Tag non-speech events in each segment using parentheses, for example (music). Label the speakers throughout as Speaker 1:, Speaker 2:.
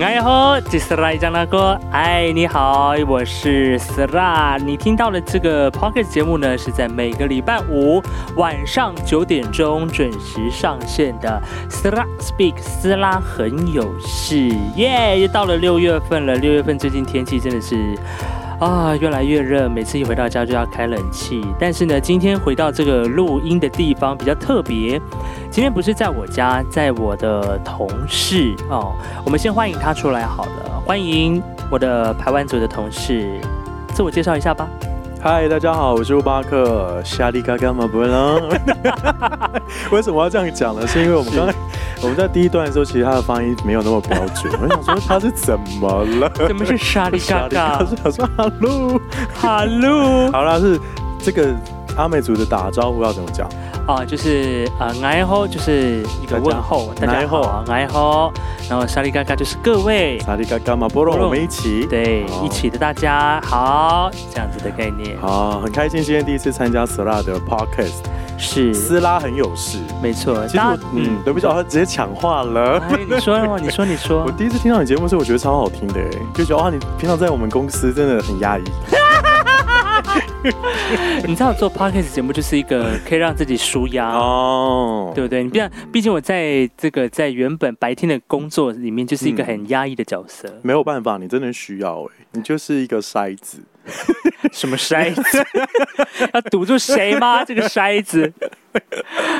Speaker 1: 哎吼，这是来张大哥。哎，你好，我是 Sara。你听到的这个 Pocket 节目呢，是在每个礼拜五晚上九点钟准时上线的。Sara Speak，斯拉很有事耶！又到了六月份了，六月份最近天气真的是。啊，越来越热，每次一回到家就要开冷气。但是呢，今天回到这个录音的地方比较特别，今天不是在我家，在我的同事哦。我们先欢迎他出来好了，欢迎我的排湾组的同事，自我介绍一下吧。
Speaker 2: 嗨，大家好，我是乌巴克，夏利嘎嘎马布朗。 (laughs) 为什么要这样讲呢？是因为我们刚才 (laughs) 我们在第一段的时候，其实他的发音没有那么标准。我想说他是怎么了？
Speaker 1: 怎么是沙利嘎
Speaker 2: (laughs)
Speaker 1: 嘎
Speaker 2: 我想说 hello，
Speaker 1: 哈喽
Speaker 2: 好啦，是这个阿美族的打招呼要怎么讲？
Speaker 1: 啊，就是啊，挨吼就是一个问候，大
Speaker 2: 大家
Speaker 1: 家好，挨吼，然后沙利嘎嘎就是各位，
Speaker 2: 夏利嘎嘎马布朗，我们一起。
Speaker 1: 对，
Speaker 2: 好
Speaker 1: 一起的大家好，这样子的概念
Speaker 2: 好，很开心今天第一次参加 Sla 的 podcast，
Speaker 1: 是
Speaker 2: 斯拉很有事。
Speaker 1: 没错。
Speaker 2: 其实
Speaker 1: 大
Speaker 2: 我
Speaker 1: 家
Speaker 2: 嗯，对不起，，他直接抢话了。
Speaker 1: 哎，你说了吗？你说，你说
Speaker 2: (laughs) 我，第一次听到你节目是，我觉得超好听的，哎，就觉得哇，你平常在我们公司真的很压抑。
Speaker 1: 你知道做 podcast 节目就是一个可以让自己舒压。
Speaker 2: 哦，
Speaker 1: 对不对？你毕毕竟我在这个在原本白天的工作里面就是一个
Speaker 2: 嗯
Speaker 1: 很压抑的角
Speaker 2: (laughs)
Speaker 1: 色，
Speaker 2: 没有办法，你真的需要哎、你就是一个筛子，
Speaker 1: 什么筛 (laughs) 子要堵住谁吗？这个筛子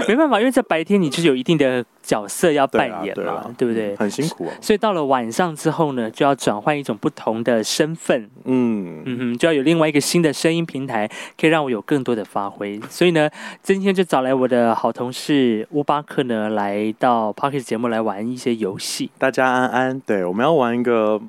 Speaker 1: 没办法，因为在白天你就是有一定的角色要
Speaker 2: 对
Speaker 1: 扮
Speaker 2: 啊
Speaker 1: 演
Speaker 2: 对
Speaker 1: 嘛
Speaker 2: 啊，
Speaker 1: 对不对？
Speaker 2: 很辛苦哦、
Speaker 1: 所以到了晚上之后呢，就要转换一种不同的身份，
Speaker 2: 嗯，
Speaker 1: 嗯哼，就要有另外一个新的声音平台，可以让我有更多的发挥。所以呢，今天就找来我的好同事乌巴克呢，来到 p o c k e t 节目来玩一些游戏。
Speaker 2: 大家安安，对，我们要玩一个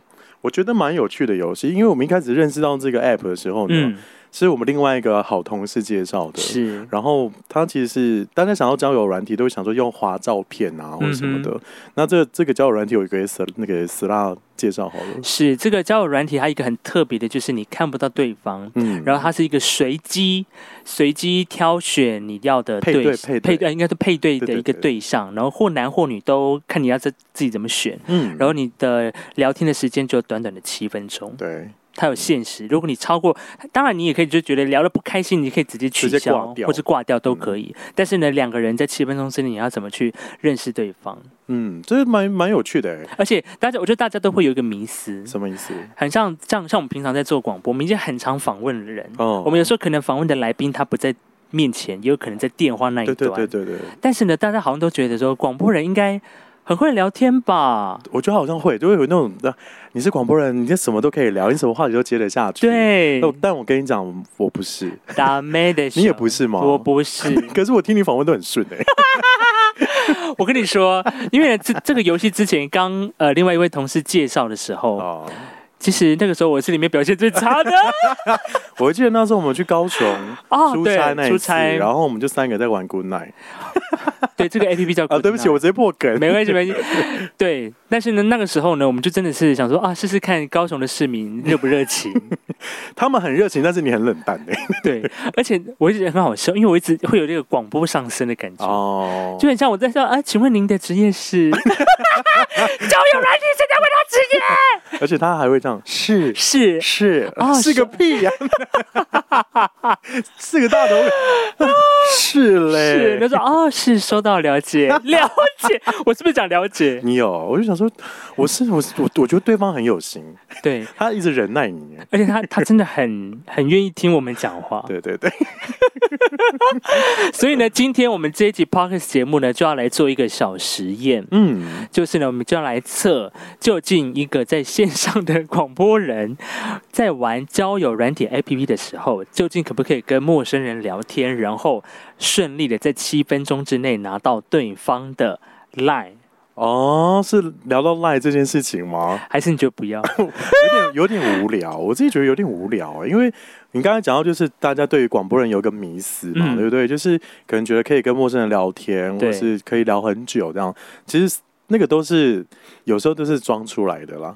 Speaker 2: 我觉得蛮有趣的游戏，因为我们一开始认识到这个 app 的时候呢，
Speaker 1: 嗯，
Speaker 2: 是我们另外一个好同事介绍的。
Speaker 1: 是，
Speaker 2: 然后他其实是大家想要交友软体，都会想说用滑照片啊或者什么
Speaker 1: 嗯
Speaker 2: 的。那这这个交友软体有一个 S 那个 S 拉介绍好了，
Speaker 1: 是这个交友软体，还有一个很特别的，就是你看不到对方。
Speaker 2: 嗯，
Speaker 1: 然后它是一个随机、随机挑选你要的
Speaker 2: 配
Speaker 1: 对
Speaker 2: 对配对
Speaker 1: 呃应该是配对的
Speaker 2: 对对
Speaker 1: 一个
Speaker 2: 对
Speaker 1: 对象，然后或男或女都看你要自自己怎么选。
Speaker 2: 嗯，
Speaker 1: 然后你的聊天的时间就短短的七分钟，
Speaker 2: 对，
Speaker 1: 它有限时。如果你超过，当然你也可以就觉得聊得不开心，你可以直接取
Speaker 2: 直接
Speaker 1: 消
Speaker 2: 挂掉嗯
Speaker 1: 或者挂掉都可以。但是呢，两个人在七分钟之内，你要怎么去认识对方？
Speaker 2: 嗯，这蛮蛮有趣的欸，
Speaker 1: 而且大家，我觉得大家都会有一个迷思，
Speaker 2: 什么意思？
Speaker 1: 很像像像我们平常在做广播，我们已经很常访问人，
Speaker 2: 哦
Speaker 1: 我们有时候可能访问的来宾他不在。面前也有可能在电话那一
Speaker 2: 对
Speaker 1: 端，
Speaker 2: 对对对对，
Speaker 1: 但是呢，大家好像都觉得说广播人应该很会聊天吧？
Speaker 2: 我觉得好像会，就会有那种，呃你是广播人，你这什么都可以聊，你什么话题都接得下去。
Speaker 1: 对
Speaker 2: 那我，但我跟你讲，我不是，
Speaker 1: 打妹的，
Speaker 2: 哦 (laughs) 你也不是吗？
Speaker 1: 我。不是，
Speaker 2: 可是我听你访问都很顺哎、
Speaker 1: 我跟你说，因为这这个游戏之前刚呃另外一位同事介绍的时候，
Speaker 2: 哦，
Speaker 1: 其实那个时候我是里面表现最差
Speaker 2: (laughs)
Speaker 1: 的
Speaker 2: 我记得那时候我们去高雄
Speaker 1: 哦，
Speaker 2: 出
Speaker 1: 对
Speaker 2: 差那，一
Speaker 1: 出
Speaker 2: 次，
Speaker 1: 差，
Speaker 2: 然后我们就三个在玩 Good Night
Speaker 1: 对这个 A P P 叫
Speaker 2: 啊，对不起，我直接破梗。
Speaker 1: (laughs) 没关系，没关系。对，但是呢，那个时候呢，我们就真的是想说啊，试试看高雄的市民热不热情。
Speaker 2: 他们很热情，但是你很冷淡哎、
Speaker 1: 对，而且我一直觉得很好笑，因为我一直会有这个广播上升的感觉。
Speaker 2: (laughs) 哦，
Speaker 1: 就很像我在说啊，请问您的职业是？交友软体谁在问他职业？
Speaker 2: 而且他还会这样，是
Speaker 1: 是
Speaker 2: 是
Speaker 1: 哦
Speaker 2: 是个屁
Speaker 1: (laughs)
Speaker 2: 呀、是个大头鬼，是
Speaker 1: 是，
Speaker 2: 嘞，
Speaker 1: 他说哦，是收到了解，了解，我是不是讲了解？
Speaker 2: 你有，我就想说，我是我我我觉得对方很有心，
Speaker 1: 对，
Speaker 2: 他一直忍耐你。
Speaker 1: 而且他他真的很很愿意听我们讲话，
Speaker 2: 对对对，
Speaker 1: 所以呢，今天我们这一集 podcast 节目呢，就要来做一个小实验，
Speaker 2: 嗯，
Speaker 1: 就是呢，我们就要来测究竟一个在线上的广播人在玩交友软体 APP 的时候，究竟可不可以跟陌生人聊天，然后顺利的在七分钟之内拿到对方的 line，
Speaker 2: 哦，是聊到赖这件事情吗？
Speaker 1: 还是你觉得不
Speaker 2: (laughs)
Speaker 1: 要？
Speaker 2: 有点有点无聊，我自己觉得有点无聊、欸因为你刚才讲到，就是大家对于广播人有个迷思嘛，
Speaker 1: 嗯
Speaker 2: 对不对？就是可能觉得可以跟陌生人聊天，
Speaker 1: 对
Speaker 2: 或是可以聊很久这样，其实那个都是有时候都是装出来的啦。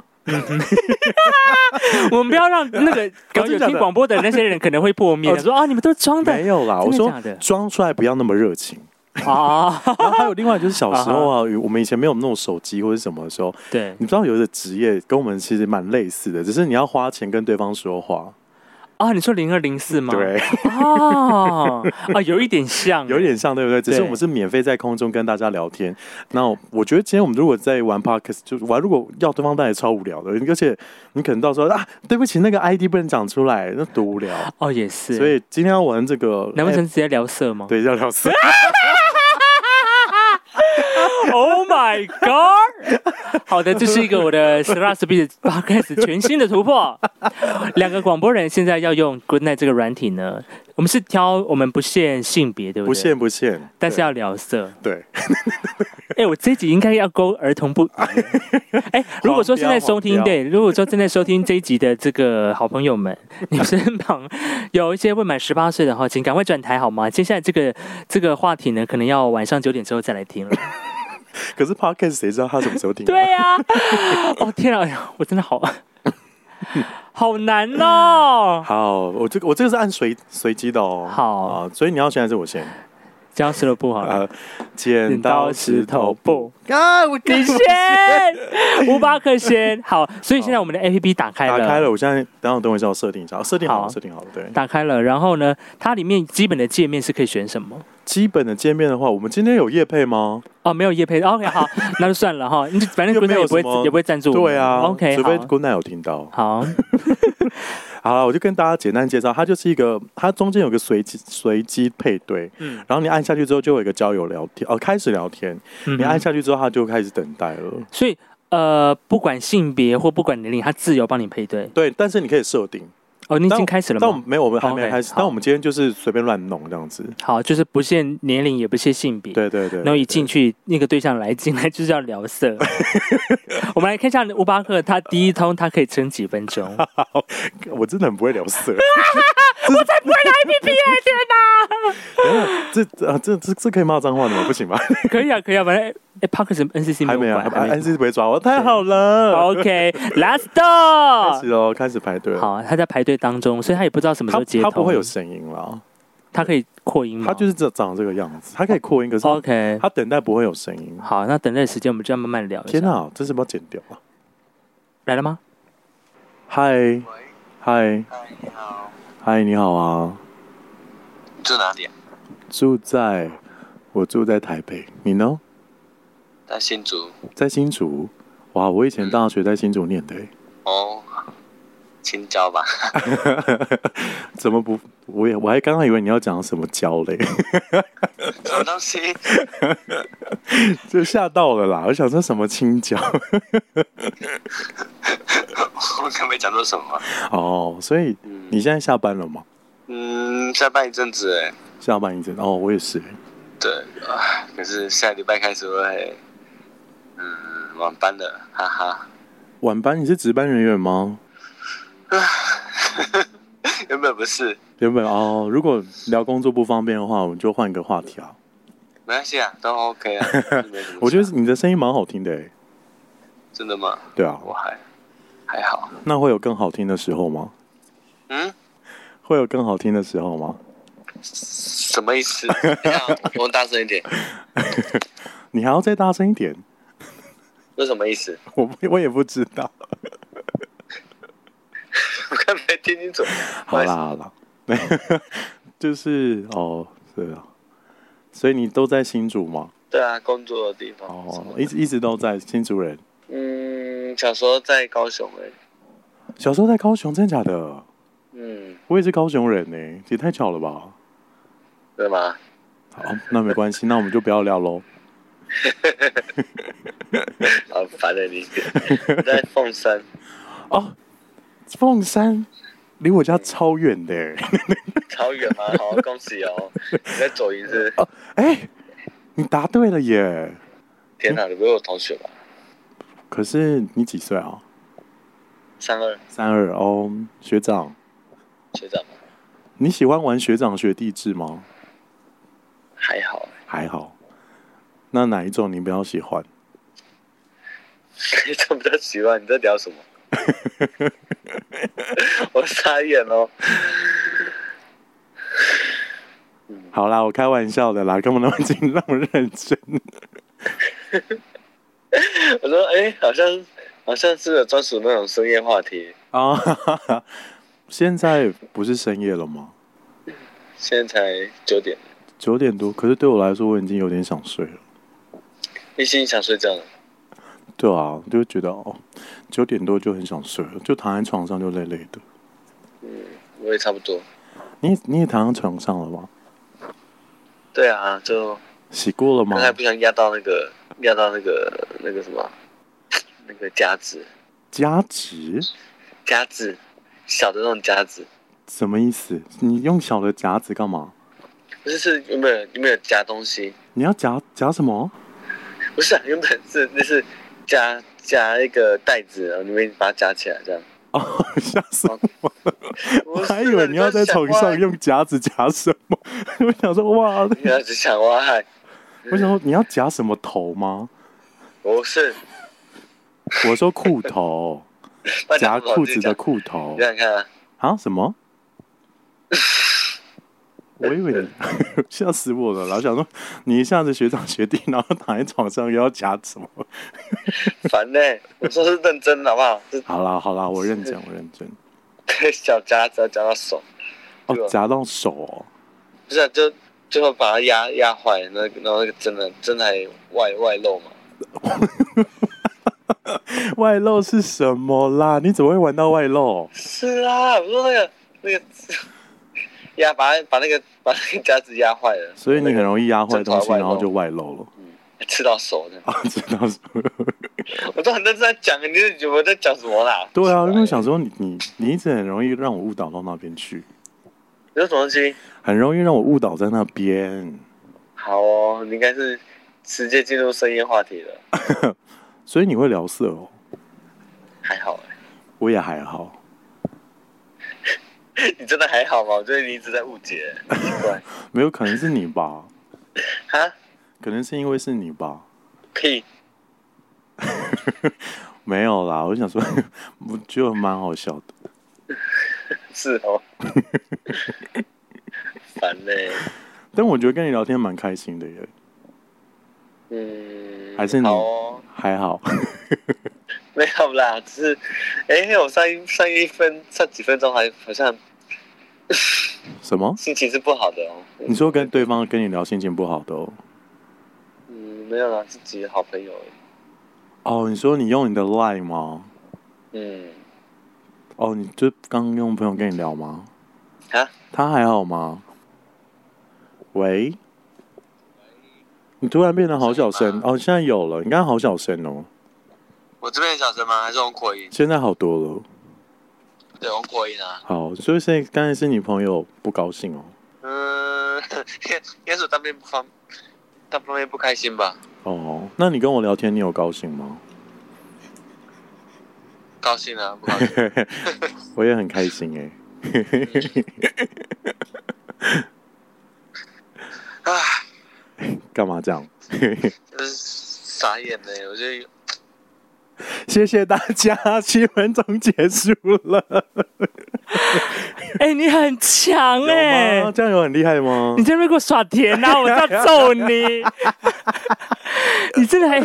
Speaker 1: 我们不要让那个搞有听广播的那些人可能会破灭，
Speaker 2: 哦
Speaker 1: (laughs) 说啊，你们都装的
Speaker 2: 没有啦，
Speaker 1: 真
Speaker 2: 我
Speaker 1: 的
Speaker 2: 说
Speaker 1: 假的 (laughs)
Speaker 2: 装出来不要那么热情。
Speaker 1: 啊，
Speaker 2: 然后还有另外就是小时候啊，我们以前没有那种手机或者什么的时候，
Speaker 1: 对
Speaker 2: 你知道有的职业跟我们其实蛮类似的，只是你要花钱跟对方说话。
Speaker 1: 啊，你说零二零四吗？
Speaker 2: 对，
Speaker 1: 哦， (laughs) 啊，有一点像，
Speaker 2: 有点像，对不对？只是
Speaker 1: 对
Speaker 2: 我们是免费在空中跟大家聊天。那我觉得今天我们如果在玩 podcast，就是玩，如果要对方带来超无聊的，而且你可能到时候啊，对不起，那个 ID 不能讲出来，那多无聊。
Speaker 1: 哦，也是，
Speaker 2: 所以今天要玩这个，
Speaker 1: 难不成
Speaker 2: 哎
Speaker 1: 直接聊色吗
Speaker 2: 对要
Speaker 1: (laughs)
Speaker 2: 聊色？
Speaker 1: ？Oh my god！好
Speaker 2: (laughs)
Speaker 1: 的，这是一个我的 Star Speed Podcast 全新的突破。两个广播人现在要用 Good Night 这个软体呢，我们是挑我们不限性别，对不对？
Speaker 2: 不，限不限，
Speaker 1: 但是要聊色。
Speaker 2: 对
Speaker 1: 哎、我这一集应该要勾儿童
Speaker 2: (laughs)
Speaker 1: 不宜。哎、如果说正在收听
Speaker 2: 黄标
Speaker 1: 对，如果说正在收听这一集的这个好朋友
Speaker 2: (laughs)
Speaker 1: 们，你们身旁有一些未满十八岁的话，请赶快转台好吗？接下来这个这个话题呢，可能要晚上九点之后再来听了。
Speaker 2: 对。可是 podcast 谁知道他什么时候 (laughs) 听？啊
Speaker 1: 对呀、 (laughs) 哦天啊，哎 (laughs) 呀我真的
Speaker 2: (laughs)
Speaker 1: 好好难哦。
Speaker 2: 好，我这个我这个是按随随机的哦。
Speaker 1: 好
Speaker 2: 啊，所以你要先还是我先？
Speaker 1: 这样说的不好了。
Speaker 2: 啊，剪刀石头布。啊，我
Speaker 1: 你先， (laughs) 吴巴克先好，所以现在我们的 A P P 打开
Speaker 2: 打
Speaker 1: 了，
Speaker 2: 开了，我现在等会等我一下，我设定一下，设定好
Speaker 1: 好
Speaker 2: 了，设定好了。对，
Speaker 1: 打开了，然后呢，它里面基本的界面是可以选什么？
Speaker 2: 基本的见面的话，我们今天有夜配吗？
Speaker 1: 哦，没有叶配，OK，好，
Speaker 2: (laughs)
Speaker 1: 那就算了哈，你就反正
Speaker 2: 又
Speaker 1: Good Night
Speaker 2: 没有
Speaker 1: 也不会
Speaker 2: 什么
Speaker 1: 也不会赞助我们，
Speaker 2: 对啊
Speaker 1: ，OK，
Speaker 2: 除非
Speaker 1: 好，
Speaker 2: 姑奶有听到。
Speaker 1: 好，
Speaker 2: 好了，我就跟大家简单介绍，它就是一个，它中间有个随机随机配对，
Speaker 1: 嗯，
Speaker 2: 然后你按下去之后就有一个交友聊天，哦，开始聊天， (laughs) 你按
Speaker 1: 嗯哼嗯
Speaker 2: 下去之后，它就开始等待了。
Speaker 1: 所以呃，不管性别或不管年龄，它自由帮你配对。
Speaker 2: 对，但是你可以设定，
Speaker 1: 哦，你已经
Speaker 2: 但
Speaker 1: 开始了
Speaker 2: 但我们
Speaker 1: 吗？哦
Speaker 2: 没有，我们还
Speaker 1: OK，
Speaker 2: 没开始。
Speaker 1: 好
Speaker 2: 但我们今天就是随便乱弄这样子。
Speaker 1: 好，就是不限年龄，也不限性别。
Speaker 2: 对对对，
Speaker 1: 然后一
Speaker 2: 对
Speaker 1: 进去，那个对象来进来就是要聊
Speaker 2: (laughs)
Speaker 1: 色。我们来看一下乌巴克，他第一通他可以撑几分
Speaker 2: (laughs)
Speaker 1: 钟？
Speaker 2: 我真的很不会聊
Speaker 1: (laughs)
Speaker 2: 色，我才不会聊 A P P 啊！天哪！这啊，这这这可以骂脏话的吗？不行吧？
Speaker 1: (laughs) 可以啊，可以啊，反正哎哎，Parker 什么 NCC
Speaker 2: 还
Speaker 1: 没
Speaker 2: 没
Speaker 1: 有管，
Speaker 2: 有，
Speaker 1: 还
Speaker 2: 还
Speaker 1: 没
Speaker 2: 安心不会抓我，太好了。 (laughs)
Speaker 1: OK，Let's
Speaker 2: 开始
Speaker 1: go。
Speaker 2: 哦，开始排队了。
Speaker 1: 啊好，他在排队当中，所以他也不知道什么时
Speaker 2: 他
Speaker 1: 候接
Speaker 2: 他不
Speaker 1: 通
Speaker 2: 会有声音啦，
Speaker 1: 他可以扩音吗？
Speaker 2: 他就是长长这个样子，他可以扩音，可是
Speaker 1: OK。
Speaker 2: 他等待不会有声音。
Speaker 1: 好，那等待的时间我们就要慢慢聊一下。
Speaker 2: 天哪，这是不是要剪掉啊？
Speaker 1: 来了
Speaker 2: (laughs)
Speaker 1: 吗？
Speaker 2: 嗨
Speaker 3: 喂，
Speaker 2: 嗨
Speaker 3: 嗨，你好，
Speaker 2: 嗨，你好啊，
Speaker 3: 你住哪里啊？
Speaker 2: 住在我住在台北，你呢？
Speaker 3: 在新竹。
Speaker 2: 在新竹？哇，我以前大学在新竹念的欸、
Speaker 3: 哦，青
Speaker 2: (laughs)
Speaker 3: 椒吧。
Speaker 2: 怎么不？我也我还刚刚以为你要讲什么胶嘞，
Speaker 3: 什么东西？
Speaker 2: (laughs) 就吓到了啦！我想说什么青椒 (laughs)
Speaker 3: 我刚没讲到什么。
Speaker 2: 哦，所以
Speaker 3: 嗯
Speaker 2: 你现在下班了吗？
Speaker 3: 嗯，下班一阵子哎。
Speaker 2: 下班一阵哦，我也是。
Speaker 3: 对啊，可是下礼拜开始会，嗯，晚班的，哈哈。
Speaker 2: 晚班你是值班人员吗？
Speaker 3: 原本不是，
Speaker 2: 原本哦，如果聊工作不方便的话，我们就换个话题啊。
Speaker 3: 没关系啊，都 OK
Speaker 2: (laughs)
Speaker 3: 啊。没什么事啊
Speaker 2: 我觉得你的声音蛮好听的欸，
Speaker 3: 真的吗？
Speaker 2: 对啊。
Speaker 3: 我还还好。
Speaker 2: 那会有更好听的时候吗？
Speaker 3: 嗯，
Speaker 2: 会有更好听的时候吗？
Speaker 3: 什么
Speaker 2: (laughs)
Speaker 3: 意思？等一下我大声一点。
Speaker 2: 你还要再大声一点，
Speaker 3: 这什么意思？
Speaker 2: 我不我也不知道。
Speaker 3: 我刚没听清楚。不
Speaker 2: 好
Speaker 3: 好意
Speaker 2: 啦
Speaker 3: 思
Speaker 2: 好啦， (laughs) 就是哦，对啊，所以你都在新竹吗？
Speaker 3: 对啊，工作的地方。什
Speaker 2: 哦
Speaker 3: 么，的
Speaker 2: 一直一直都在新竹人。
Speaker 3: 嗯，小时候在高雄欸诶、
Speaker 2: 小时候在高雄，真的假的？
Speaker 3: 嗯，
Speaker 2: 我也是高雄人呢、也太巧了吧？
Speaker 3: 对吗？
Speaker 2: 好，那没关系，那我们就不要聊喽。
Speaker 3: 好烦的你，我在凤山，
Speaker 2: 哦，凤山离我家超远的、 (laughs)
Speaker 3: 超远吗？好，恭喜哦！你在左营是？
Speaker 2: 哎、你答对了耶！
Speaker 3: 天哪，你不是我同学吧？
Speaker 2: 可是你几岁啊？
Speaker 3: 三二
Speaker 2: 三二哦，学长，
Speaker 3: 学长吗？
Speaker 2: 你喜欢玩学长学弟制吗？
Speaker 3: 还好欸，
Speaker 2: 还好。那哪一种你比较喜欢？
Speaker 3: 你欸 (laughs) 怎么比较奇怪？你在聊什么？我傻眼哦。
Speaker 2: 好啦，我开玩笑的啦，干 (laughs) 嘛那么紧那么认真？
Speaker 3: 我说，哎、好像好像是有专属那种深夜话题，
Speaker 2: 啊、哈哈哈 (laughs) 现在不是深夜了吗？
Speaker 3: 现在才九点，
Speaker 2: 九点多，可是对我来说，我已经有点想睡了。
Speaker 3: 一心想睡觉了。
Speaker 2: 对啊，就觉得哦，九点多就很想睡了，就躺在床上就累累的。
Speaker 3: 我也差不多。
Speaker 2: 你也你也躺在床上了吗？
Speaker 3: 对啊，就
Speaker 2: 洗过了吗
Speaker 3: 刚？才不想压到那个压到那个那个什么那个夹子
Speaker 2: 夹子
Speaker 3: 夹子小的那种夹子，
Speaker 2: 什么意思？你用小的夹子干嘛？
Speaker 3: 不是是有没有有没有夹东西？
Speaker 2: 你要夹夹什么？ (laughs)
Speaker 3: 不是、啊，原本是那是夹夹一个袋子，然后里面把它夹起来这样。
Speaker 2: 哦，吓死我了！我
Speaker 3: 不是
Speaker 2: 还以为你要在床上，用夹子夹什么， (laughs) 我想说哇，
Speaker 3: 你要只想挖海，
Speaker 2: 我想说你要夹什么头吗？
Speaker 3: 不是
Speaker 2: 我说裤头，夹裤子的。裤头
Speaker 3: 你想想看啊，
Speaker 2: 啊？什么？我以为你吓死我了，然后想说你一下子学长学弟，然后躺在床上又要夹什么？
Speaker 3: 烦呢、我说是认真的好不好？是
Speaker 2: 好啦好啦，我认真我认真。
Speaker 3: 对小夹子要夹到手，对
Speaker 2: 哦，
Speaker 3: 啊
Speaker 2: 夹到手哦，
Speaker 3: 不是、啊、就最后把它压压坏，那个然后那个真的真的还外外露嘛？
Speaker 2: 外露是什么啦？你怎么会玩到外露？
Speaker 3: 是啊，我说那个那个压把它把那个把那个夹子压坏了，
Speaker 2: 所以你很容易压坏东
Speaker 3: 正
Speaker 2: 西，
Speaker 3: 常外露
Speaker 2: 然后就外露了。
Speaker 3: 吃到手的。
Speaker 2: 啊，知道是。
Speaker 3: 我都很认真在讲，你是我在讲什么啦？
Speaker 2: 对啊，因为我想说你你你一直很容易让我误导到那边去，
Speaker 3: 有什么东西？
Speaker 2: 很容易让我误导在那边。
Speaker 3: 好哦，你应该是直接进入深夜话题了，
Speaker 2: 所以你会聊色哦，
Speaker 3: 还好哎、
Speaker 2: 我也还好。
Speaker 3: 欸 (laughs) 你真的还好吗？我觉得你一直在误解，奇怪
Speaker 2: 没有，可能是你吧， (laughs)
Speaker 3: 哈，
Speaker 2: 可能是因为是你吧。
Speaker 3: 屁，
Speaker 2: 没有啦，我想说， (laughs) 我觉得蛮好笑的。
Speaker 3: 是
Speaker 2: (laughs)
Speaker 3: 哦，烦嘞、
Speaker 2: 但我觉得跟你聊天蛮开心的耶，
Speaker 3: 嗯，
Speaker 2: 还是你
Speaker 3: 好哦，
Speaker 2: 还好。
Speaker 3: 没有啦，只是，哎、我上一上一分上几分钟还好像
Speaker 2: 什么？
Speaker 3: 心情是不好的哦。
Speaker 2: 你说跟对方跟你聊心情不好的哦？
Speaker 3: 嗯，没有啦，自己的好朋友而已，
Speaker 2: 哦，你说你用你的 Line 吗？
Speaker 3: 嗯，
Speaker 2: 哦，你就刚用朋友跟你聊吗？
Speaker 3: 哈，
Speaker 2: 他还好吗？喂，你突然变得好小声哦，现在有了，你刚刚好小声哦，
Speaker 3: 我这边很小声吗？还是用扩音？
Speaker 2: 现在好多了。
Speaker 3: 对，用扩音啊。
Speaker 2: 好，所以是刚才是你朋友不高兴哦，
Speaker 3: 嗯，应该是我当面不方，当面不开心吧，
Speaker 2: 哦，那你跟我聊天，你有高兴吗？
Speaker 3: 高兴啊，不高兴。
Speaker 2: 我也很开心哎、
Speaker 3: 啊，
Speaker 2: 干嘛这样？ (laughs)
Speaker 3: 就是傻眼呢、我觉得
Speaker 2: 谢谢大家，七分钟结束了，
Speaker 1: 哎、你很强哎、
Speaker 2: 有吗？这样有很厉害吗
Speaker 1: 你？在那边给我耍甜啊！我要揍你！你真的还，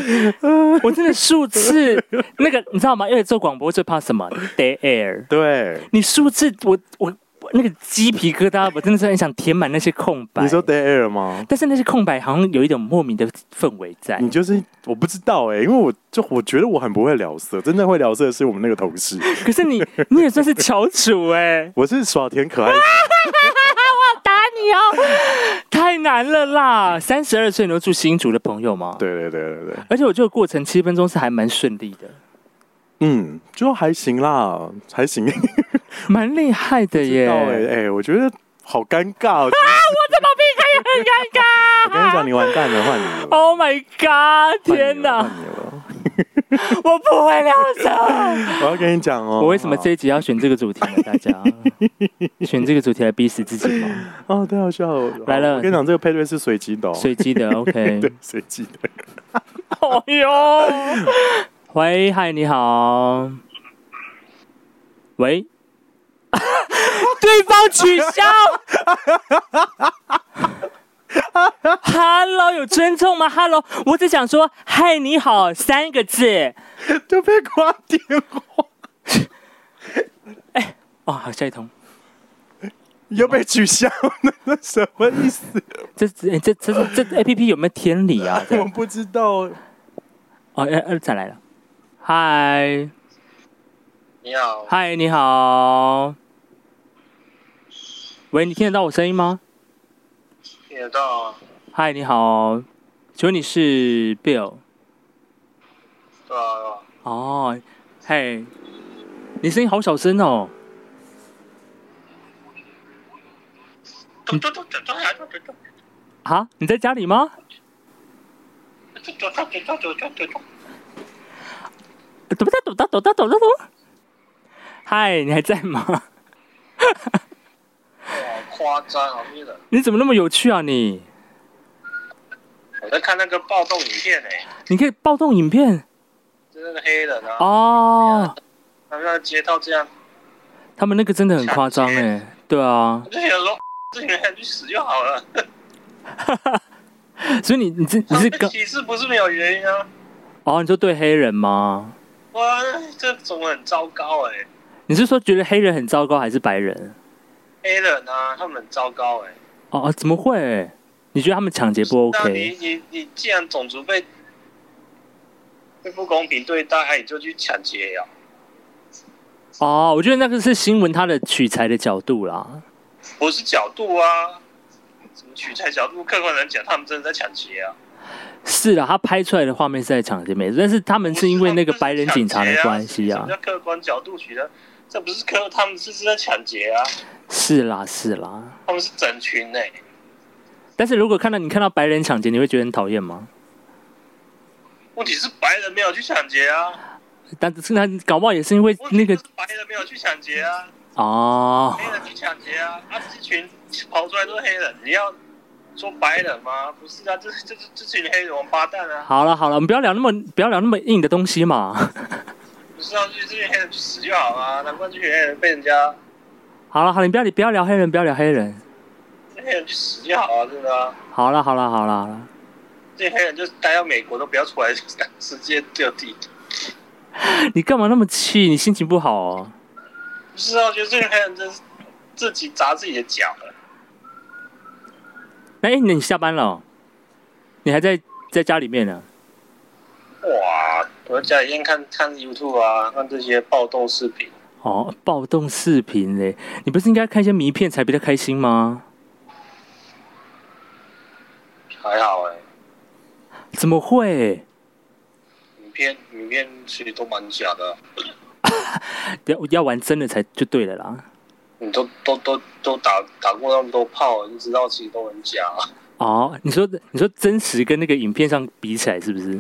Speaker 1: 我真的数次那个，你知道吗？因为做广播最怕什么？dead air。
Speaker 2: 对，
Speaker 1: 你数次，我我我那个鸡皮疙瘩，我真的是很想填满那些空白。
Speaker 2: 你说 dead air 吗？
Speaker 1: 但是那些空白好像有一种莫名的氛围在。
Speaker 2: 你就是我不知道哎、因为我就我觉得我很不会聊色，真正会聊色的是我们那个同事，
Speaker 1: 可是你，你也算是翘楚哎、
Speaker 2: 我是耍甜可爱，
Speaker 1: 打你哦，太难了啦！三十二岁你都住新竹的朋友吗？。
Speaker 2: 对对对对对，
Speaker 1: 而且我觉得过程七分钟是还蛮顺利的，
Speaker 2: 嗯，就还行啦，还行，
Speaker 1: 蛮厉害的耶。
Speaker 2: (laughs) 到哎、欸、我觉得好尴尬、哦，我
Speaker 1: 这毛病可以很尴尬。
Speaker 2: 哎跟你讲，你完蛋了，换你了，
Speaker 1: Oh my god！天
Speaker 2: 哪
Speaker 1: 哪，，我不会聊色。
Speaker 2: 我要跟你讲
Speaker 1: (laughs)
Speaker 2: 哦，
Speaker 1: 我为什么这一集要选这个主题呢？大 (laughs) 家选这个主题来逼死自己吗？
Speaker 2: 哦，太好笑了，
Speaker 1: 来了
Speaker 2: 我跟你讲，这个配对是随机的、哦，
Speaker 1: 随机的，OK (laughs)
Speaker 2: 对。随机的，
Speaker 1: 哎呦，喂，嗨，你好。 (laughs) 喂，对方取消。 Hello，有尊重吗？Hello，我只想说嗨，你好三个字。
Speaker 2: 就被挂电话，
Speaker 1: 哦，好，下一通。
Speaker 2: 又被取消了，那什么意思？
Speaker 1: 这这这这这 A P P 有没有天理啊？这
Speaker 2: (laughs) 我不知道。
Speaker 1: 哦，呃呃，再来了。嗨
Speaker 3: 你好，
Speaker 1: 嗨，你好。喂，你听得到我声音吗？
Speaker 3: 听得到？
Speaker 1: 嗨，你好，请问你是 Bill？
Speaker 3: 对啊，
Speaker 1: 哦，嘿，你声音好小声哦。
Speaker 3: 走走走走走呀，走走走
Speaker 1: 啊，你在家里吗？
Speaker 3: 走走走走走走走。
Speaker 1: 抖哒抖哒抖哒抖哒抖。嗨，你还在吗？ (laughs)
Speaker 3: 好夸张，好迷人！
Speaker 1: 你怎么那么有趣啊你？
Speaker 3: 我在看那个暴动影片呢、
Speaker 1: 你可以暴动影片
Speaker 3: 就是那个黑人啊，
Speaker 1: 哦，
Speaker 3: 他们那街道这样，
Speaker 1: 他们那个真的很夸张哎。对啊
Speaker 3: 我，就想说，这些人去死就好了。
Speaker 1: 所以你你这你
Speaker 3: 他
Speaker 1: 是
Speaker 3: 们
Speaker 1: 刚
Speaker 3: 歧视不是没有原因啊？
Speaker 1: 哦，你说对黑人吗？
Speaker 3: 哇，这种很糟糕哎、
Speaker 1: 你是说觉得黑人很糟糕，还是白人？
Speaker 3: 黑人啊，他们很糟糕哎、
Speaker 1: 哦哦，怎么会？你觉得他们抢劫不
Speaker 3: 那啊你
Speaker 1: OK？
Speaker 3: 你你既然种族被被不公平对待，哎你就去抢劫呀、
Speaker 1: 哦，我觉得那个是新闻它的取材的角度啦。
Speaker 3: 不是角度啊，什么取材角度，客观来讲，他们真的在抢劫啊。
Speaker 1: 是啦，他拍出来的画面是在抢劫没错，但是他们是因为那个白人警察的关系
Speaker 3: 什
Speaker 1: 啊
Speaker 3: 么。叫客观角度取的？这不是客，他们是是在抢劫啊，
Speaker 1: 是啦，是啦。
Speaker 3: 他们是整群欸呢、
Speaker 1: 但是如果看到你看到白人抢劫，你会觉得很讨厌吗？
Speaker 3: 问题是白人没有去抢劫啊，
Speaker 1: 但是他搞不好也是因为
Speaker 3: 问
Speaker 1: 那
Speaker 3: 题
Speaker 1: 个
Speaker 3: 是白人没有去抢劫啊，
Speaker 1: 哦，
Speaker 3: 黑人去抢劫啊，啊，这群跑出来都是黑人，你要说白人吗？不是啊，这这这这群黑人王八蛋啊，
Speaker 1: 好了好了，我们不要聊那么不要聊那么硬的东西嘛。
Speaker 3: 不是啊，就是这群黑人去死就好啊，难怪这群黑人被人家
Speaker 1: 好了好了，你不要你不要聊黑人，不要聊黑人。
Speaker 3: 这群黑人去死就好啊，真的啊。
Speaker 1: 好了好了好了好了，
Speaker 3: 这些黑人就待到美国都不要出来， (laughs) 直接就地。
Speaker 1: 你干嘛那么气？你心情不好哦？
Speaker 3: 不是啊，我觉得这些黑人真是自己砸自己的脚啊了。
Speaker 1: 那哎、你下班了哦、你还在在家里面呢？
Speaker 3: 哇！我在家里面看看 YouTube 啊，看这些暴动视频。
Speaker 1: 哦，暴动视频嘞，你不是应该看一些迷片才比较开心吗？
Speaker 3: 还好哎、
Speaker 1: 怎么会？
Speaker 3: 影片影片其实都蛮假的，啊
Speaker 1: 要要玩真的才就对了啦。
Speaker 3: 你都都都都打打过那么多炮，你知道其实都很假、啊。
Speaker 1: 哦，你说你说真实跟那个影片上比起来，是不是？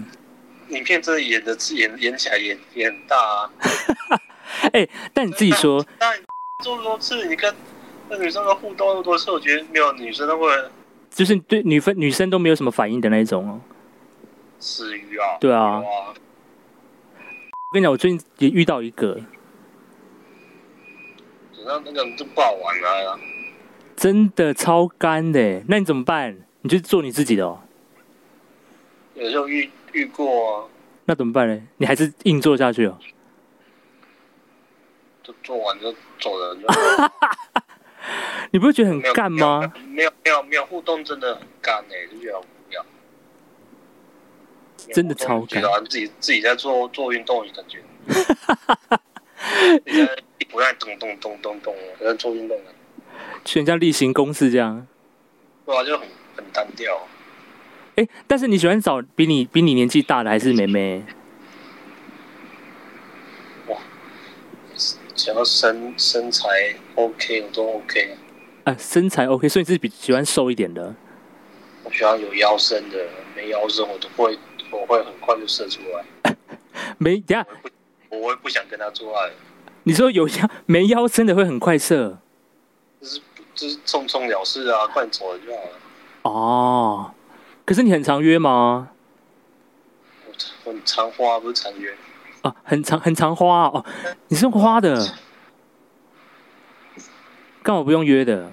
Speaker 3: 影片真的演的演演起来也也很大啊。
Speaker 1: 哎、但你自己说，
Speaker 3: 那你这么多次，你跟那女生的互动那么多次，我觉得没有女生那么
Speaker 1: 就是对女分女生都没有什么反应的那一种哦。
Speaker 3: 死鱼啊。
Speaker 1: 对啊
Speaker 3: 有啊
Speaker 1: 我跟你讲，我最近也遇到一个，
Speaker 3: 那那个就不好玩了、啊。
Speaker 1: 真的超干的耶，那你怎么办？你就做你自己的哦。
Speaker 3: 有时候遇遇过、啊，
Speaker 1: 那怎么办呢？你还是硬做下去哦。
Speaker 3: 就做完就走人，就
Speaker 1: 你不会 (laughs) 觉得很
Speaker 3: 没有
Speaker 1: 干吗？？
Speaker 3: 没有没有没有互动，真的很干哎、就觉得很无聊。
Speaker 1: 真的超干
Speaker 3: 干，自己自己在做做运动，
Speaker 1: (laughs)
Speaker 3: 感觉。你在不断咚咚咚咚咚，在做运动啊，
Speaker 1: 就很像例行公事这样。
Speaker 3: 对啊，就很很单调。
Speaker 1: 哎、但是你喜欢找比你比你年纪大的还是妹妹？
Speaker 3: 只要身身材 OK，我都 OK。
Speaker 1: 啊，身材 OK，所以你是比喜欢瘦一点的。
Speaker 3: 我喜欢有腰身的，没腰身我都会我会很快就射出来，
Speaker 1: 没，等一下
Speaker 3: 我会不我会不想跟他做爱。
Speaker 1: 你说有腰没腰真的会很快射
Speaker 3: 就是就是匆匆了事啊，快点走了就好了。
Speaker 1: 哦。可是你很常约吗？
Speaker 3: 我我很常花不是常约，
Speaker 1: 啊，很长很长花哦，哦你是用花的，干嘛不用约的？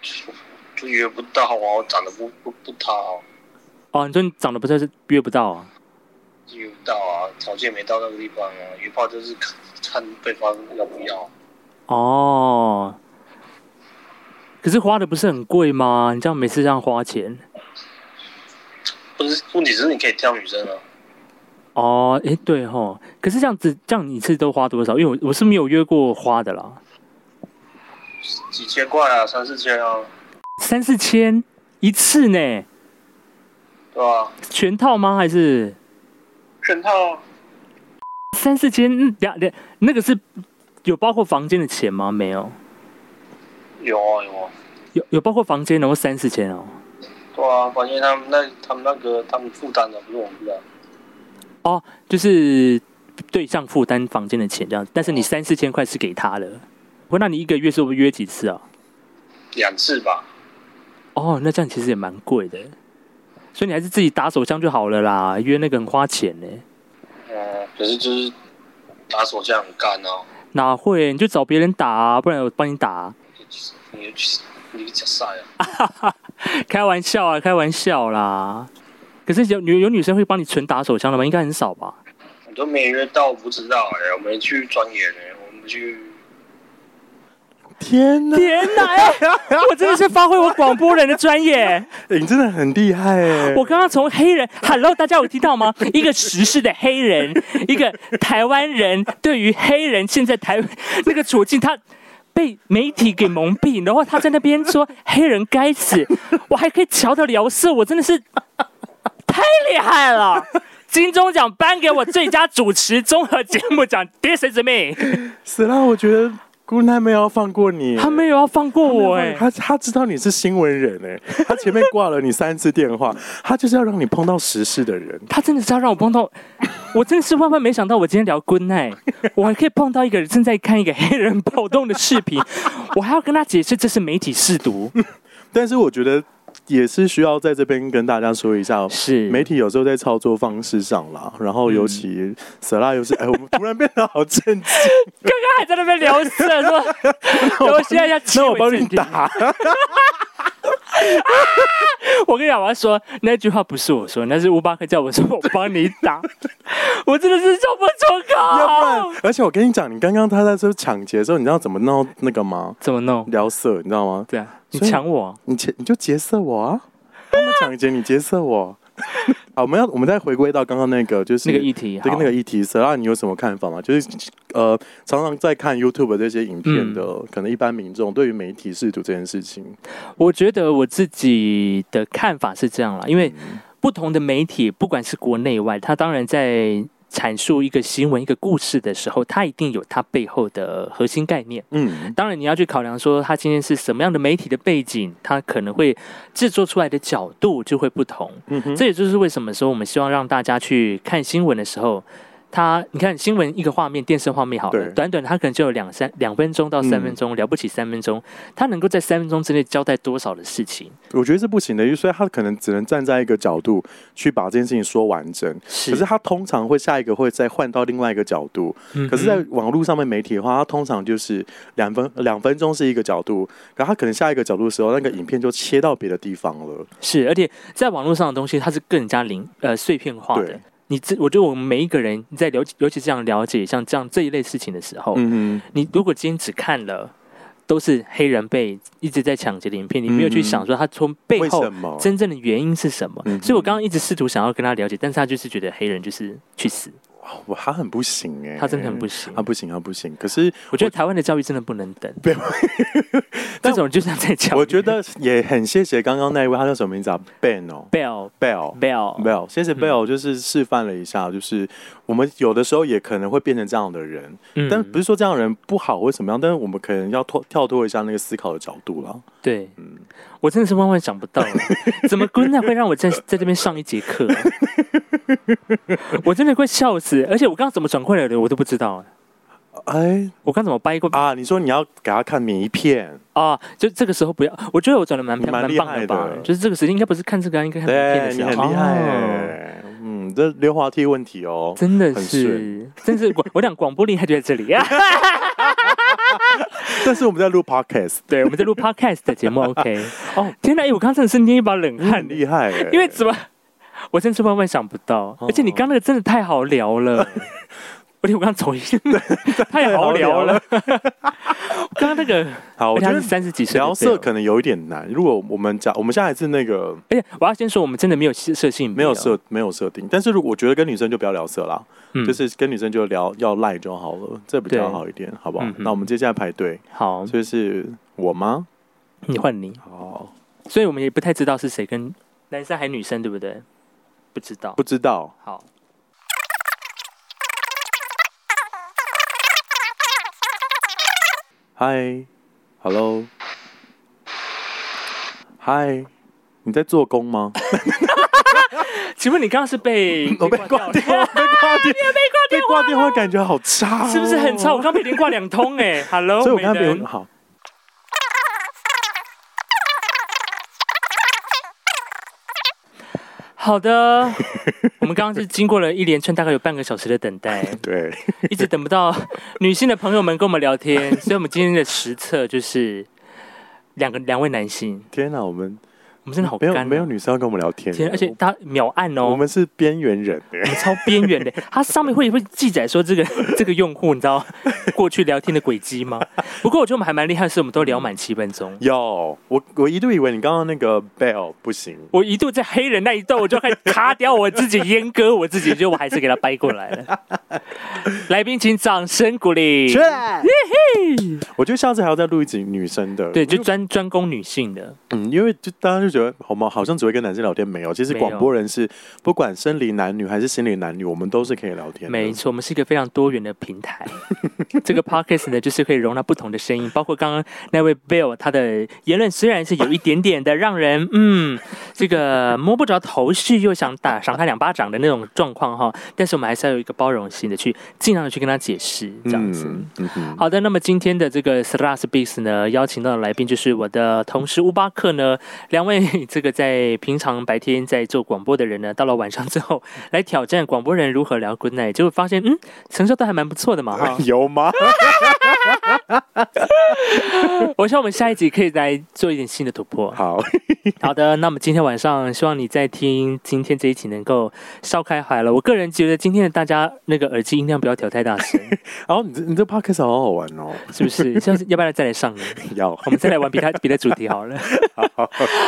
Speaker 3: 就就约不到啊，我长得不不不搭啊，
Speaker 1: 哦，你说你长得不太是约不到啊？
Speaker 3: 就约不到啊，条件没到那个地方啊，约炮就是看看对方要不要。
Speaker 1: 哦，可是花的不是很贵吗？你这样每次这样花钱，
Speaker 3: 不是，问题是你可以挑女生啊，
Speaker 1: 哦，诶，对吼，可是这样子，这样你一次都花多少？因为我我是没有约过花的啦，
Speaker 3: 几千块啊，三四千啊，
Speaker 1: 三四千一次呢，
Speaker 3: 对吧？
Speaker 1: 全套吗？还是
Speaker 3: 全套啊
Speaker 1: 三四千？嗯，两两那个是有包括房间的钱吗？没有，
Speaker 3: 有啊有啊，
Speaker 1: 有有包括房间，然后三四千哦。
Speaker 3: 对啊，关键他们那他们那个他们负担的不是我们负担，
Speaker 1: 哦，就是对象负担房间的钱这样，但是你三四千块是给他的。不，那你一个月是不是约几次啊？
Speaker 3: 两次吧，
Speaker 1: 哦，那这样其实也蛮贵的，所以你还是自己打手枪就好了啦，约那个很花钱呢。
Speaker 3: 嗯，可是就是打手枪很干哦、
Speaker 1: 哪会？你就找别人打、啊，不然我帮你打、啊。
Speaker 3: 你就去你去假赛啊，
Speaker 1: 开玩笑啊，开玩笑啦。可是有女有女生会帮你纯打手枪的吗？应该很少吧？
Speaker 3: 我都没约到，我不知道哎、我没去钻研哎、我们去
Speaker 2: 天哪，
Speaker 1: 天哪！哎 (laughs) 我真的是发挥我广播人的专业。
Speaker 2: 欸你真的很厉害哎！
Speaker 1: (laughs) 我刚刚从黑人，Hello，大家有听到吗？ (laughs) 一个时事的黑人，一个台湾人，对于黑人现在台 (laughs) 那个处境，他被媒体给蒙蔽，然后他在那边说黑人该死， (laughs) 我还可以瞧得聊色，我真的是 (laughs) 太厉害了。金钟奖颁给我最佳主持综合节目奖，This is me。
Speaker 2: 死啦！我觉得姑奶没有要放过你，欸
Speaker 1: 他没有要放过我哎、
Speaker 2: 他他知道你是新闻人哎、他前面挂了你三次电话，他就是要让你碰到时事的人。
Speaker 1: 他真的是要让我碰到，我真的是万万没想到，我今天聊 Good (laughs) Night，我还可以碰到一个正在看一个黑人暴动的视 (laughs) 频，我还要跟他解释这是媒体试读，
Speaker 2: 但是我觉得也是需要在这边跟大家说一下，
Speaker 1: 是
Speaker 2: 媒体有时候在操作方式上啦，然后尤
Speaker 1: 嗯
Speaker 2: 其色拉又是，哎、我们突然变得好正
Speaker 1: (laughs)
Speaker 2: 经，
Speaker 1: 刚刚还在那边聊色 (laughs) 说，我现在要
Speaker 2: 那我帮你，
Speaker 1: (laughs)
Speaker 2: 打，
Speaker 1: 我跟你讲，我要说那句话不是我说，那是乌巴克叫我说，我帮你打， (laughs) 我真的是说不出
Speaker 2: 要不
Speaker 1: 口
Speaker 2: 然，，而且我跟你讲，你刚刚他在这抢劫的时候，你知道怎么弄到那个吗？
Speaker 1: 怎么弄？
Speaker 2: 撩色，你知道吗？
Speaker 1: 对啊，你
Speaker 2: 所以
Speaker 1: 抢我，
Speaker 2: 你劫你就劫色我啊，他们抢劫你劫色我。 (laughs) 好，我们要我们再回归到刚刚那个就是
Speaker 1: 那个议题
Speaker 2: 对
Speaker 1: 好
Speaker 2: 那个议题，色拉你有什么看法吗？就是呃，常常在看 YouTube 这些影片的，
Speaker 1: 嗯
Speaker 2: 可能一般民众对于媒体试图这件事情，
Speaker 1: 我觉得我自己的看法是这样啦，因为不同的媒体，不管是国内外，它当然在阐述一个新闻、一个故事的时候，它一定有它背后的核心概念。
Speaker 2: 嗯，
Speaker 1: 当然，你要去考量说它今天是什么样的媒体的背景，它可能会制作出来的角度就会不同。
Speaker 2: 嗯哼，
Speaker 1: 这也就是为什么说我们希望让大家去看新闻的时候，它你看新闻一个画面，电视画面好了，
Speaker 2: 对嗯
Speaker 1: 短短它可能就有两三两分钟到三分钟，了不起三分钟，它能够在三分钟之内交代多少的事情？
Speaker 2: 我觉得是不行的，因为所以他可能只能站在一个角度去把这件事情说完整，
Speaker 1: 是
Speaker 2: 可是他通常会下一个会再换到另外一个角度，
Speaker 1: 嗯
Speaker 2: 可是，在网络上面媒体的话，它通常就是两分两分钟是一个角度，然后它可能下一个角度的时候，那个影片就切到别的地方了。
Speaker 1: 是，而且在网络上的东西，它是更加零呃碎片化的
Speaker 2: 对。
Speaker 1: 你这，我觉得我们每一个人在了解，尤其是这样了解像这样这一类事情的时候，
Speaker 2: 嗯
Speaker 1: 你如果今天只看了都是黑人被一直在抢劫的影片，你没有去
Speaker 2: 嗯
Speaker 1: 想说他从
Speaker 2: 哼，
Speaker 1: 背
Speaker 2: 为
Speaker 1: 后
Speaker 2: 什么？
Speaker 1: 真正的原因是什么？
Speaker 2: 哦嗯哼
Speaker 1: 所以我刚刚一直试图想要跟他了解，但是他就是觉得黑人就是去死，
Speaker 2: 哇，他很不行哎、
Speaker 1: 他真的很不行。
Speaker 2: 他不行，他不行。可是
Speaker 1: 我觉得台湾的教育真的不能等， (laughs) 这种就是在讲。
Speaker 2: 我觉得也很谢谢刚刚那一位，他叫什么名字啊？Ben 哦
Speaker 1: Bell
Speaker 2: ，Bell。
Speaker 1: Bell
Speaker 2: Bell，谢谢 Bell，就是示范了一下，就是我们有的时候也可能会变成这样的人，
Speaker 1: 嗯
Speaker 2: 但不是说这样的人不好或怎么样，但是我们可能要脱跳脱一下那个思考的角度啦。
Speaker 1: 对，
Speaker 2: 嗯
Speaker 1: 我真的是万万想不
Speaker 2: (laughs)
Speaker 1: 到，怎么 Good night 会让我在在这边上一节课、啊我真的快笑死！而且我刚刚怎么转过来的，我都不知道。
Speaker 2: 哎
Speaker 1: 我刚怎么掰过
Speaker 2: 啊，你说你要给他看名片，
Speaker 1: 啊？就这个时候不要，我觉得我转的蛮
Speaker 2: 蛮
Speaker 1: 蛮
Speaker 2: 厉
Speaker 1: 棒
Speaker 2: 害
Speaker 1: 的吧
Speaker 2: 的？
Speaker 1: 就是这个时间应该不是看这个啊，应该看影片的
Speaker 2: 对
Speaker 1: 时
Speaker 2: 你
Speaker 1: 候。
Speaker 2: 很厉害、
Speaker 1: 哦
Speaker 2: 欸。嗯，这溜滑梯问题哦，
Speaker 1: 真的
Speaker 2: 很 (laughs)
Speaker 1: 是，真是我我讲广播厉害就在这里啊！
Speaker 2: 但是我们在录 podcast，
Speaker 1: 对，我们在录 podcast 的节目，OK。
Speaker 2: 哦 (laughs)
Speaker 1: 哦，天哪，哎我刚刚真的是捏一把冷汗
Speaker 2: 很，厉害、欸，
Speaker 1: 因为怎么，我真是万万想不
Speaker 2: 哦
Speaker 1: 到，而且你刚那个真的太好聊
Speaker 2: (laughs)
Speaker 1: 了，而且我刚走音，太好聊了。 (laughs) 刚刚那个，
Speaker 2: 好，
Speaker 1: 我
Speaker 2: 我觉得
Speaker 1: 三十几岁的
Speaker 2: 聊色
Speaker 1: Bill
Speaker 2: 可能有一点难。如果我们讲，我们现在还是那个
Speaker 1: 而且我要先说，我们真的没有设设性，哦
Speaker 2: 没有，设没有设定，但是如果我觉得跟女生就不要聊色啦，
Speaker 1: 嗯
Speaker 2: 就是跟女生就聊要赖就好了，这比较
Speaker 1: 对
Speaker 2: 好一点，好不好？
Speaker 1: 嗯哼
Speaker 2: 那我们接下来排队，
Speaker 1: 好，
Speaker 2: 所以是我吗？
Speaker 1: 你换你，
Speaker 2: 哦，
Speaker 1: 所以我们也不太知道是谁跟男生还女生，对不对？不知道
Speaker 2: 不，知道，
Speaker 1: 好，
Speaker 2: 嗨，hello，嗨，你在做工吗？
Speaker 1: 请问你刚刚是被
Speaker 2: (laughs) 哦我被挂电话， (laughs) 被挂电，被挂电话，感觉好差、哦
Speaker 1: 是不是很臭？我？刚被连挂两通 (laughs) 哎、h e l l o
Speaker 2: 所以我刚才没有好。
Speaker 1: 好 (laughs) 的，我们刚刚是经过了一连串大概有半个小时的等 (laughs) 待，
Speaker 2: 对， (laughs)
Speaker 1: 一直等不到女性的朋友们跟我们聊天，所以我们今天的实测就是两个两位男性，
Speaker 2: 天哪，我们
Speaker 1: 我们真的好
Speaker 2: 没
Speaker 1: 干、啊
Speaker 2: 有没有，女生要跟我们聊天，
Speaker 1: 天，而且他秒按哦，
Speaker 2: 我
Speaker 1: 我们
Speaker 2: 们是边缘人欸，
Speaker 1: 超边缘
Speaker 2: (laughs)
Speaker 1: 的，它上面会会记载说这个这个用户你知道过去聊天的轨迹吗？不过我觉得我们还蛮厉害，是我们都聊满七分钟。
Speaker 2: 有，我我一度以为你刚刚那个 bell 不行，
Speaker 1: 我一度在黑人那一段，我就开始卡掉我自己，阉割我自己，就我还是给他掰过来了。来宾，请掌声鼓励。
Speaker 2: 我觉得下次还要再录一集女生的，
Speaker 1: 对，就专专攻女性的，
Speaker 2: 嗯，因为就大家就觉得好吗？好像只会跟男生聊天，没有，其实
Speaker 1: 没有
Speaker 2: 广播人是不管生理男女还是心理男女，我们都是可以聊天的，
Speaker 1: 没错，我们是一个非常多元的平台。这个 podcast 呢，就是可以容纳不同的声音，包括刚刚那位 Bill 他的言论，虽然是有一点点的让人嗯，这个摸不着头绪，又想打赏他两巴掌的那种状况哈，但是我们还是要有一个包容心的去尽量的去跟他解释这样子。
Speaker 2: 嗯嗯哼。
Speaker 1: 好的，那么今天的这个 Slash Beats 呢，邀请到的来宾就是我的同事乌巴克呢，两位这个在平常白天在做广播的人呢，到了晚上之后来挑战广播人如何聊 Good Night，结果发现嗯，成效都还蛮不错的嘛哈
Speaker 2: (laughs) 有吗？
Speaker 1: 我希望我们下一集可以来做一点新的突
Speaker 2: (laughs)
Speaker 1: 破。
Speaker 2: 好，
Speaker 1: 好的，那么今天晚上希望你在听今天这一期能够烧开怀了。我个人觉得今天的大家那个耳机音量不要调太大声，
Speaker 2: 然后你这你这 podcast 好好玩哦，
Speaker 1: 是不是？下次要不然再来上呢？
Speaker 2: 要 (laughs)
Speaker 1: 我们再来玩别的别的主题好了。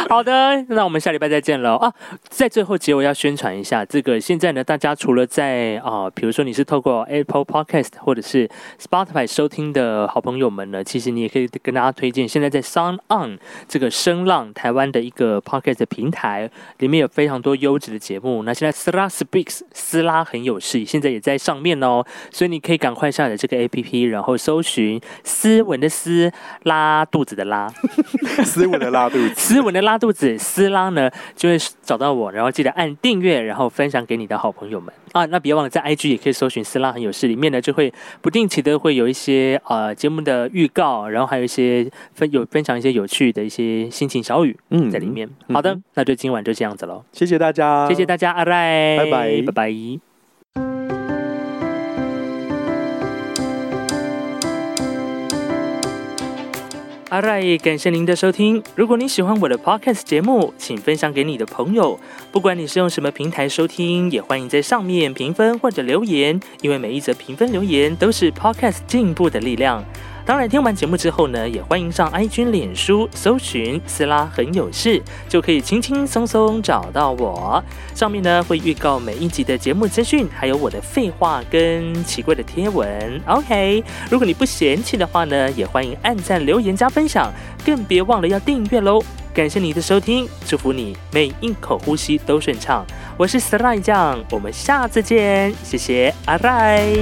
Speaker 1: 好的，那我们下礼拜再见喽啊！在最后结尾要宣传一下，这个现在呢，大家除了在啊、比如说你是透过 Apple Podcast 或者是 Spotify 收听的好朋友们呢，其实你也可以跟大家推荐，现在在 Sound On 这个声浪台湾的一个 Podcast 的平台，里面有非常多优质的节目。那现在 Sla Speaks 斯拉很有事，现在也在上面哦，所以你可以赶快下载这个 APP，然后搜寻斯文的斯拉肚子的拉。
Speaker 2: 斯文的拉肚子，
Speaker 1: 斯文的拉肚子斯拉呢，就会找到我，然后记得按订阅，然后分享给你的好朋友们啊。那别忘了在 IG 也可以搜寻“斯拉很有事”，里面呢就会不定期的会有一些呃节目的预告，然后还有一些分有分享一些有趣的一些心情小语
Speaker 2: 嗯
Speaker 1: 在里面。好的，那就今晚就这样子喽，
Speaker 2: 谢谢大家，
Speaker 1: 谢谢大家，阿赖，
Speaker 2: 拜拜
Speaker 1: 拜拜。阿赖，感谢您的收听。如果你喜欢我的 podcast 节目，请分享给你的朋友。不管你是用什么平台收听，也欢迎在上面评分或者留言，因为每一则评分留言都是 podcast 进步的力量。当然，听完节目之后呢，也欢迎上 iG、脸书搜寻“斯拉很有事”，就可以轻轻松松找到我。上面呢会预告每一集的节目资讯，还有我的废话跟奇怪的贴文。OK，如果你不嫌弃的话呢，也欢迎按赞、留言、加分享，更别忘了要订阅喽！感谢你的收听，祝福你每一口呼吸都顺畅。我是 s l i 酱，我们下次见，谢谢，阿拜。